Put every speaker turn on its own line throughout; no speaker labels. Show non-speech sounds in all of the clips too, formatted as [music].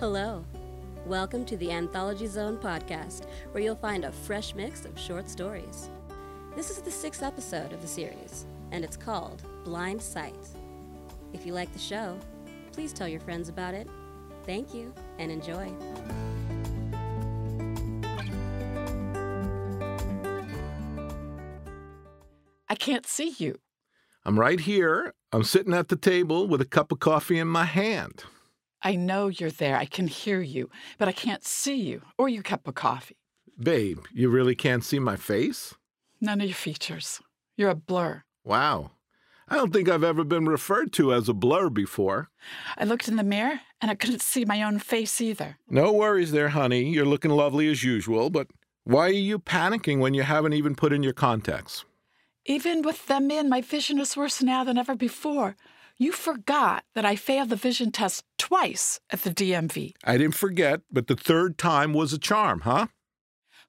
Hello. Welcome to the Anthology Zone podcast, where you'll find a fresh mix of short stories. This is the sixth episode of the series, and it's called Blind Sight. If you like the show, please tell your friends about it. Thank you and enjoy.
I can't see you.
I'm right here. I'm sitting at the table with a cup of coffee in my hand.
I know you're there. I can hear you, but I can't see you or your cup of coffee.
Babe, you really can't see my face?
None of your features. You're a blur.
Wow. I don't think I've ever been referred to as a blur before.
I looked in the mirror and I couldn't see my own face either.
No worries there, honey. You're looking lovely as usual, but why are you panicking when you haven't even put in your contacts?
Even with them in, my vision is worse now than ever before. You forgot that I failed the vision test twice at the DMV.
I didn't forget, but the third time was a charm, huh?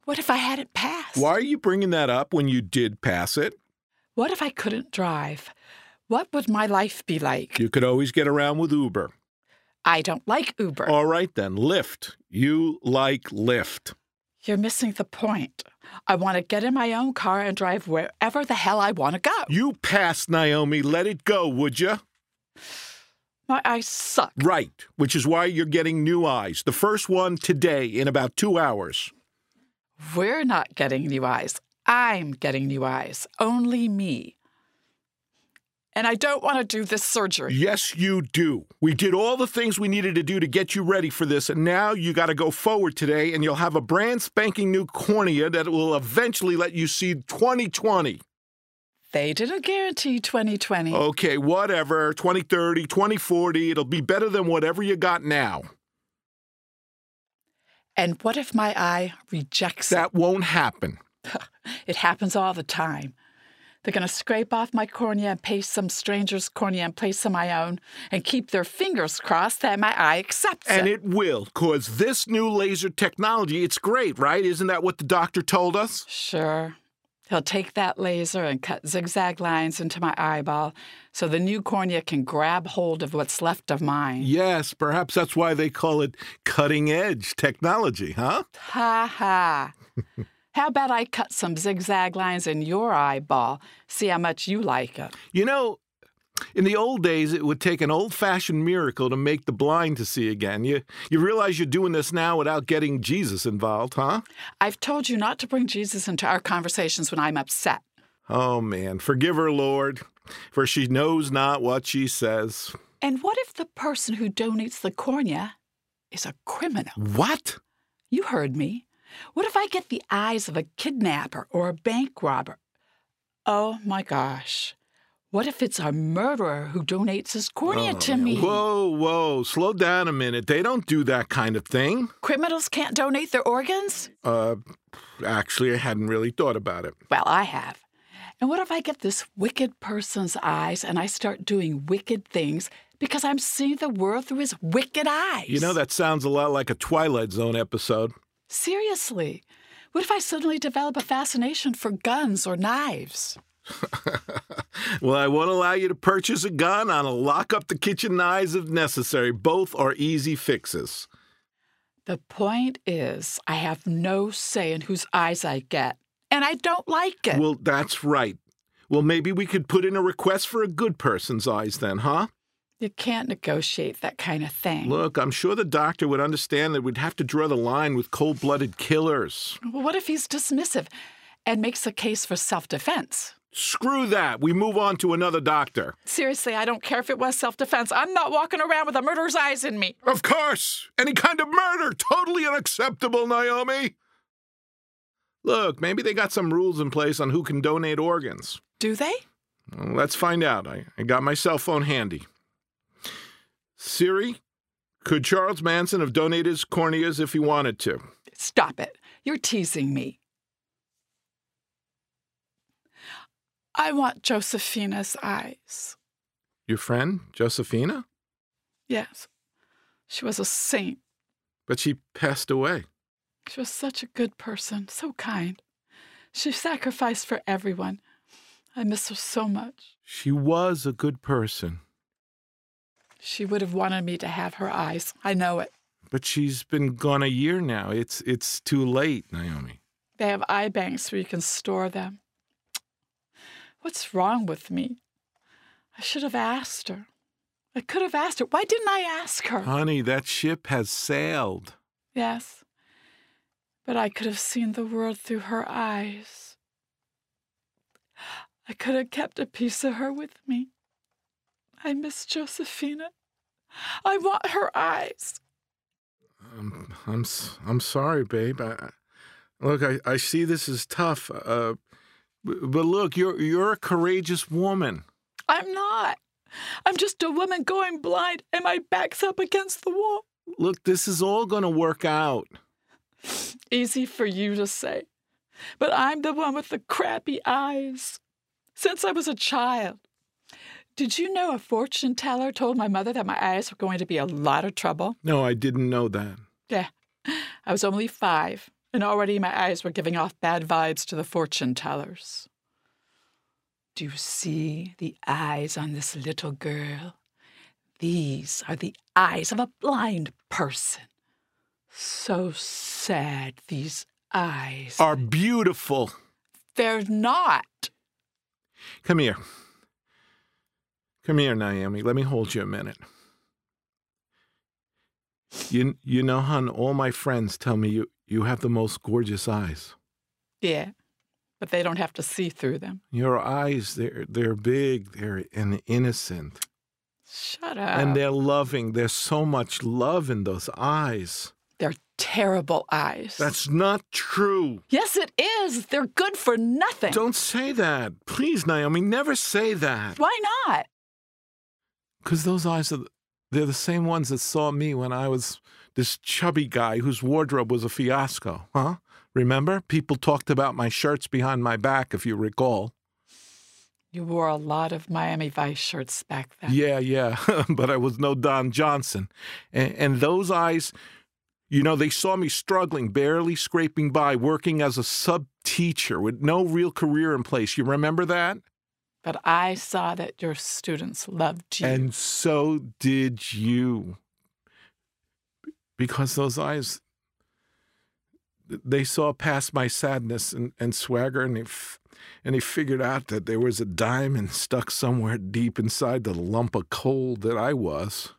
What if I hadn't passed?
Why are you bringing that up when you did pass it?
What if I couldn't drive? What would my life be like?
You could always get around with Uber.
I don't like Uber.
All right then, Lyft. You like Lyft.
You're missing the point. I want to get in my own car and drive wherever the hell I want to go.
You passed, Naomi. Let it go, would you?
My eyes suck.
Right, which is why you're getting new eyes. The first one today in about two hours.
We're not getting new eyes. I'm getting new eyes. Only me. And I don't want to do this surgery.
Yes, you do. We did all the things we needed to do to get you ready for this, and now you got to go forward today, and you'll have a brand spanking new cornea that will eventually let you see 2020.
They didn't guarantee 2020.
Okay, whatever. 2030, 2040, it'll be better than whatever you got now.
And what if my eye rejects it?
That won't happen.
It happens all the time. They're going to scrape off my cornea and paste some stranger's cornea and place on my own and keep their fingers crossed that my eye accepts
And
it.
it will, because this new laser technology, it's great, right? Isn't that what the doctor told us?
Sure. He'll take that laser and cut zigzag lines into my eyeball so the new cornea can grab hold of what's left of mine.
Yes, perhaps that's why they call it cutting edge technology, huh?
Ha ha. How about I cut some zigzag lines in your eyeball, see how much you like it?
You know, in the old days, it would take an old fashioned miracle to make the blind to see again. You, you realize you're doing this now without getting Jesus involved, huh?
I've told you not to bring Jesus into our conversations when I'm upset.
Oh, man, forgive her, Lord, for she knows not what she says.
And what if the person who donates the cornea is a criminal?
What?
You heard me. What if I get the eyes of a kidnapper or a bank robber? Oh my gosh. What if it's a murderer who donates his cornea
Oh,
to
man.
me?
Whoa, whoa, slow down a minute. They don't do that kind of thing.
Criminals can't donate their organs?
Uh, actually, I hadn't really thought about it.
Well, I have. And what if I get this wicked person's eyes and I start doing wicked things because I'm seeing the world through his wicked eyes?
You know, that sounds a lot like a Twilight Zone episode.
Seriously. What if I suddenly develop a fascination for guns or knives?
Well, I won't allow you to purchase a gun. I'll lock up the kitchen knives if necessary. Both are easy fixes.
The point is, I have no say in whose eyes I get, and I don't like it.
Well, that's right. Well, maybe we could put in a request for a good person's eyes then, huh?
you can't negotiate that kind of thing.
Look, I'm sure the doctor would understand that we'd have to draw the line with cold blooded killers.
Well, what if he's dismissive and makes a case for self defense?
Screw that. We move on to another doctor.
Seriously, I don't care if it was self defense. I'm not walking around with a murderer's eyes in me.
Of course! Any kind of murder! Totally unacceptable, Naomi! Look, maybe they got some rules in place on who can donate organs.
Do they?
Well, Let's find out. I, I got my cell phone handy. Siri, could Charles Manson have donated his corneas if he wanted to?
Stop it. You're teasing me. I want Josephina's eyes.
Your friend, Josephina?
Yes. She was a saint.
But she passed away.
She was such a good person, so kind. She sacrificed for everyone. I miss her so much.
She was a good person.
She would have wanted me to have her eyes. I know it.
But she's been gone a year now. It's it's too late, Naomi.
They have eye banks where you can store them. What's wrong with me? I should have asked her. I could have asked her. Why didn't I ask her?
Honey, that ship has sailed.
Yes. But I could have seen the world through her eyes. I could have kept a piece of her with me. I miss Josephina. I want her eyes.
I'm I'm s- I'm sorry, babe. I, I- look, I, I see this is tough. Uh, b- but look, you're you're a courageous woman.
I'm not. I'm just a woman going blind and my back's up against the wall.
Look, this is all going to work out.
Easy for you to say. But I'm the one with the crappy eyes. Since I was a child. Did you know a fortune teller told my mother that my eyes were going to be a lot of trouble?
No, I didn't know that.
Yeah. I was only five, and already my eyes were giving off bad vibes to the fortune tellers. Do you see the eyes on this little girl? These are the eyes of a blind person. So sad, these eyes.
Are beautiful.
They're not.
Come here. Come here, Naomi. Let me hold you a minute. You you know, hon, all my friends tell me you you have the most gorgeous eyes.
Yeah, but they don't have to see through them.
Your eyes they're they're big, they're and innocent.
Shut up.
and they're loving. There's so much love in those eyes.
They're terrible eyes.
That's not true.
Yes, it is. They're good for nothing.
Don't say that. Please, Naomi, never say that.
Why not?
Because those eyes are, they're the same ones that saw me when I was this chubby guy whose wardrobe was a fiasco, huh? Remember? People talked about my shirts behind my back, if you recall.
You wore a lot of Miami Vice shirts back then.
Yeah, yeah, [laughs] but I was no Don Johnson. And, and those eyes, you know, they saw me struggling, barely scraping by, working as a sub teacher with no real career in place. You remember that?
But I saw that your students loved you.
And so did you. Because those eyes, they saw past my sadness and, and swagger, and they, f- and they figured out that there was a diamond stuck somewhere deep inside the lump of coal that I was.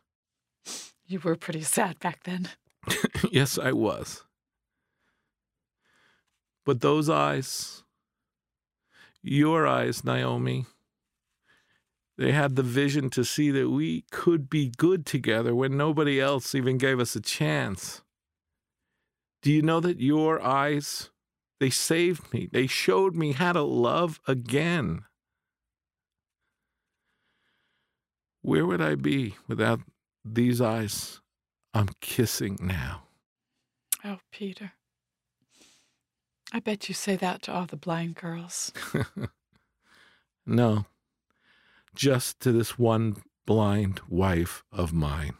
you were pretty sad back then.
[laughs] yes, I was. But those eyes, your eyes, Naomi, they had the vision to see that we could be good together when nobody else even gave us a chance. Do you know that your eyes, they saved me? They showed me how to love again. Where would I be without these eyes? I'm kissing now.
Oh, Peter. I bet you say that to all the blind girls.
[laughs] No, just to this one blind wife of mine.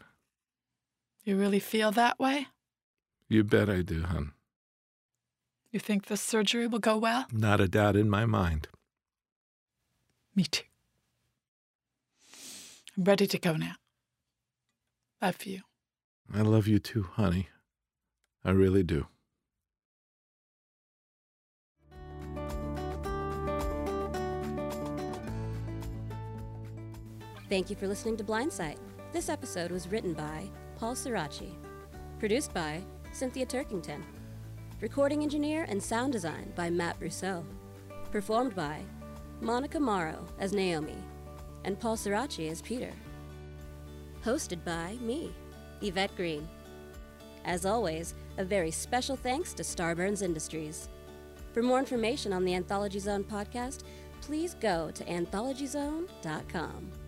You really feel that way?
You bet I do, hon.
You think this surgery will go well?
Not a doubt in my mind.
Me too. I'm ready to go now. Love you.
I love you too, honey. I really do.
Thank you for listening to Blindsight. This episode was written by Paul Sirachi, produced by Cynthia Turkington, recording engineer and sound design by Matt Brousseau, performed by Monica Morrow as Naomi, and Paul Sirachi as Peter. Hosted by me, Yvette Green. As always, a very special thanks to Starburns Industries. For more information on the Anthology Zone podcast, please go to anthologyzone.com.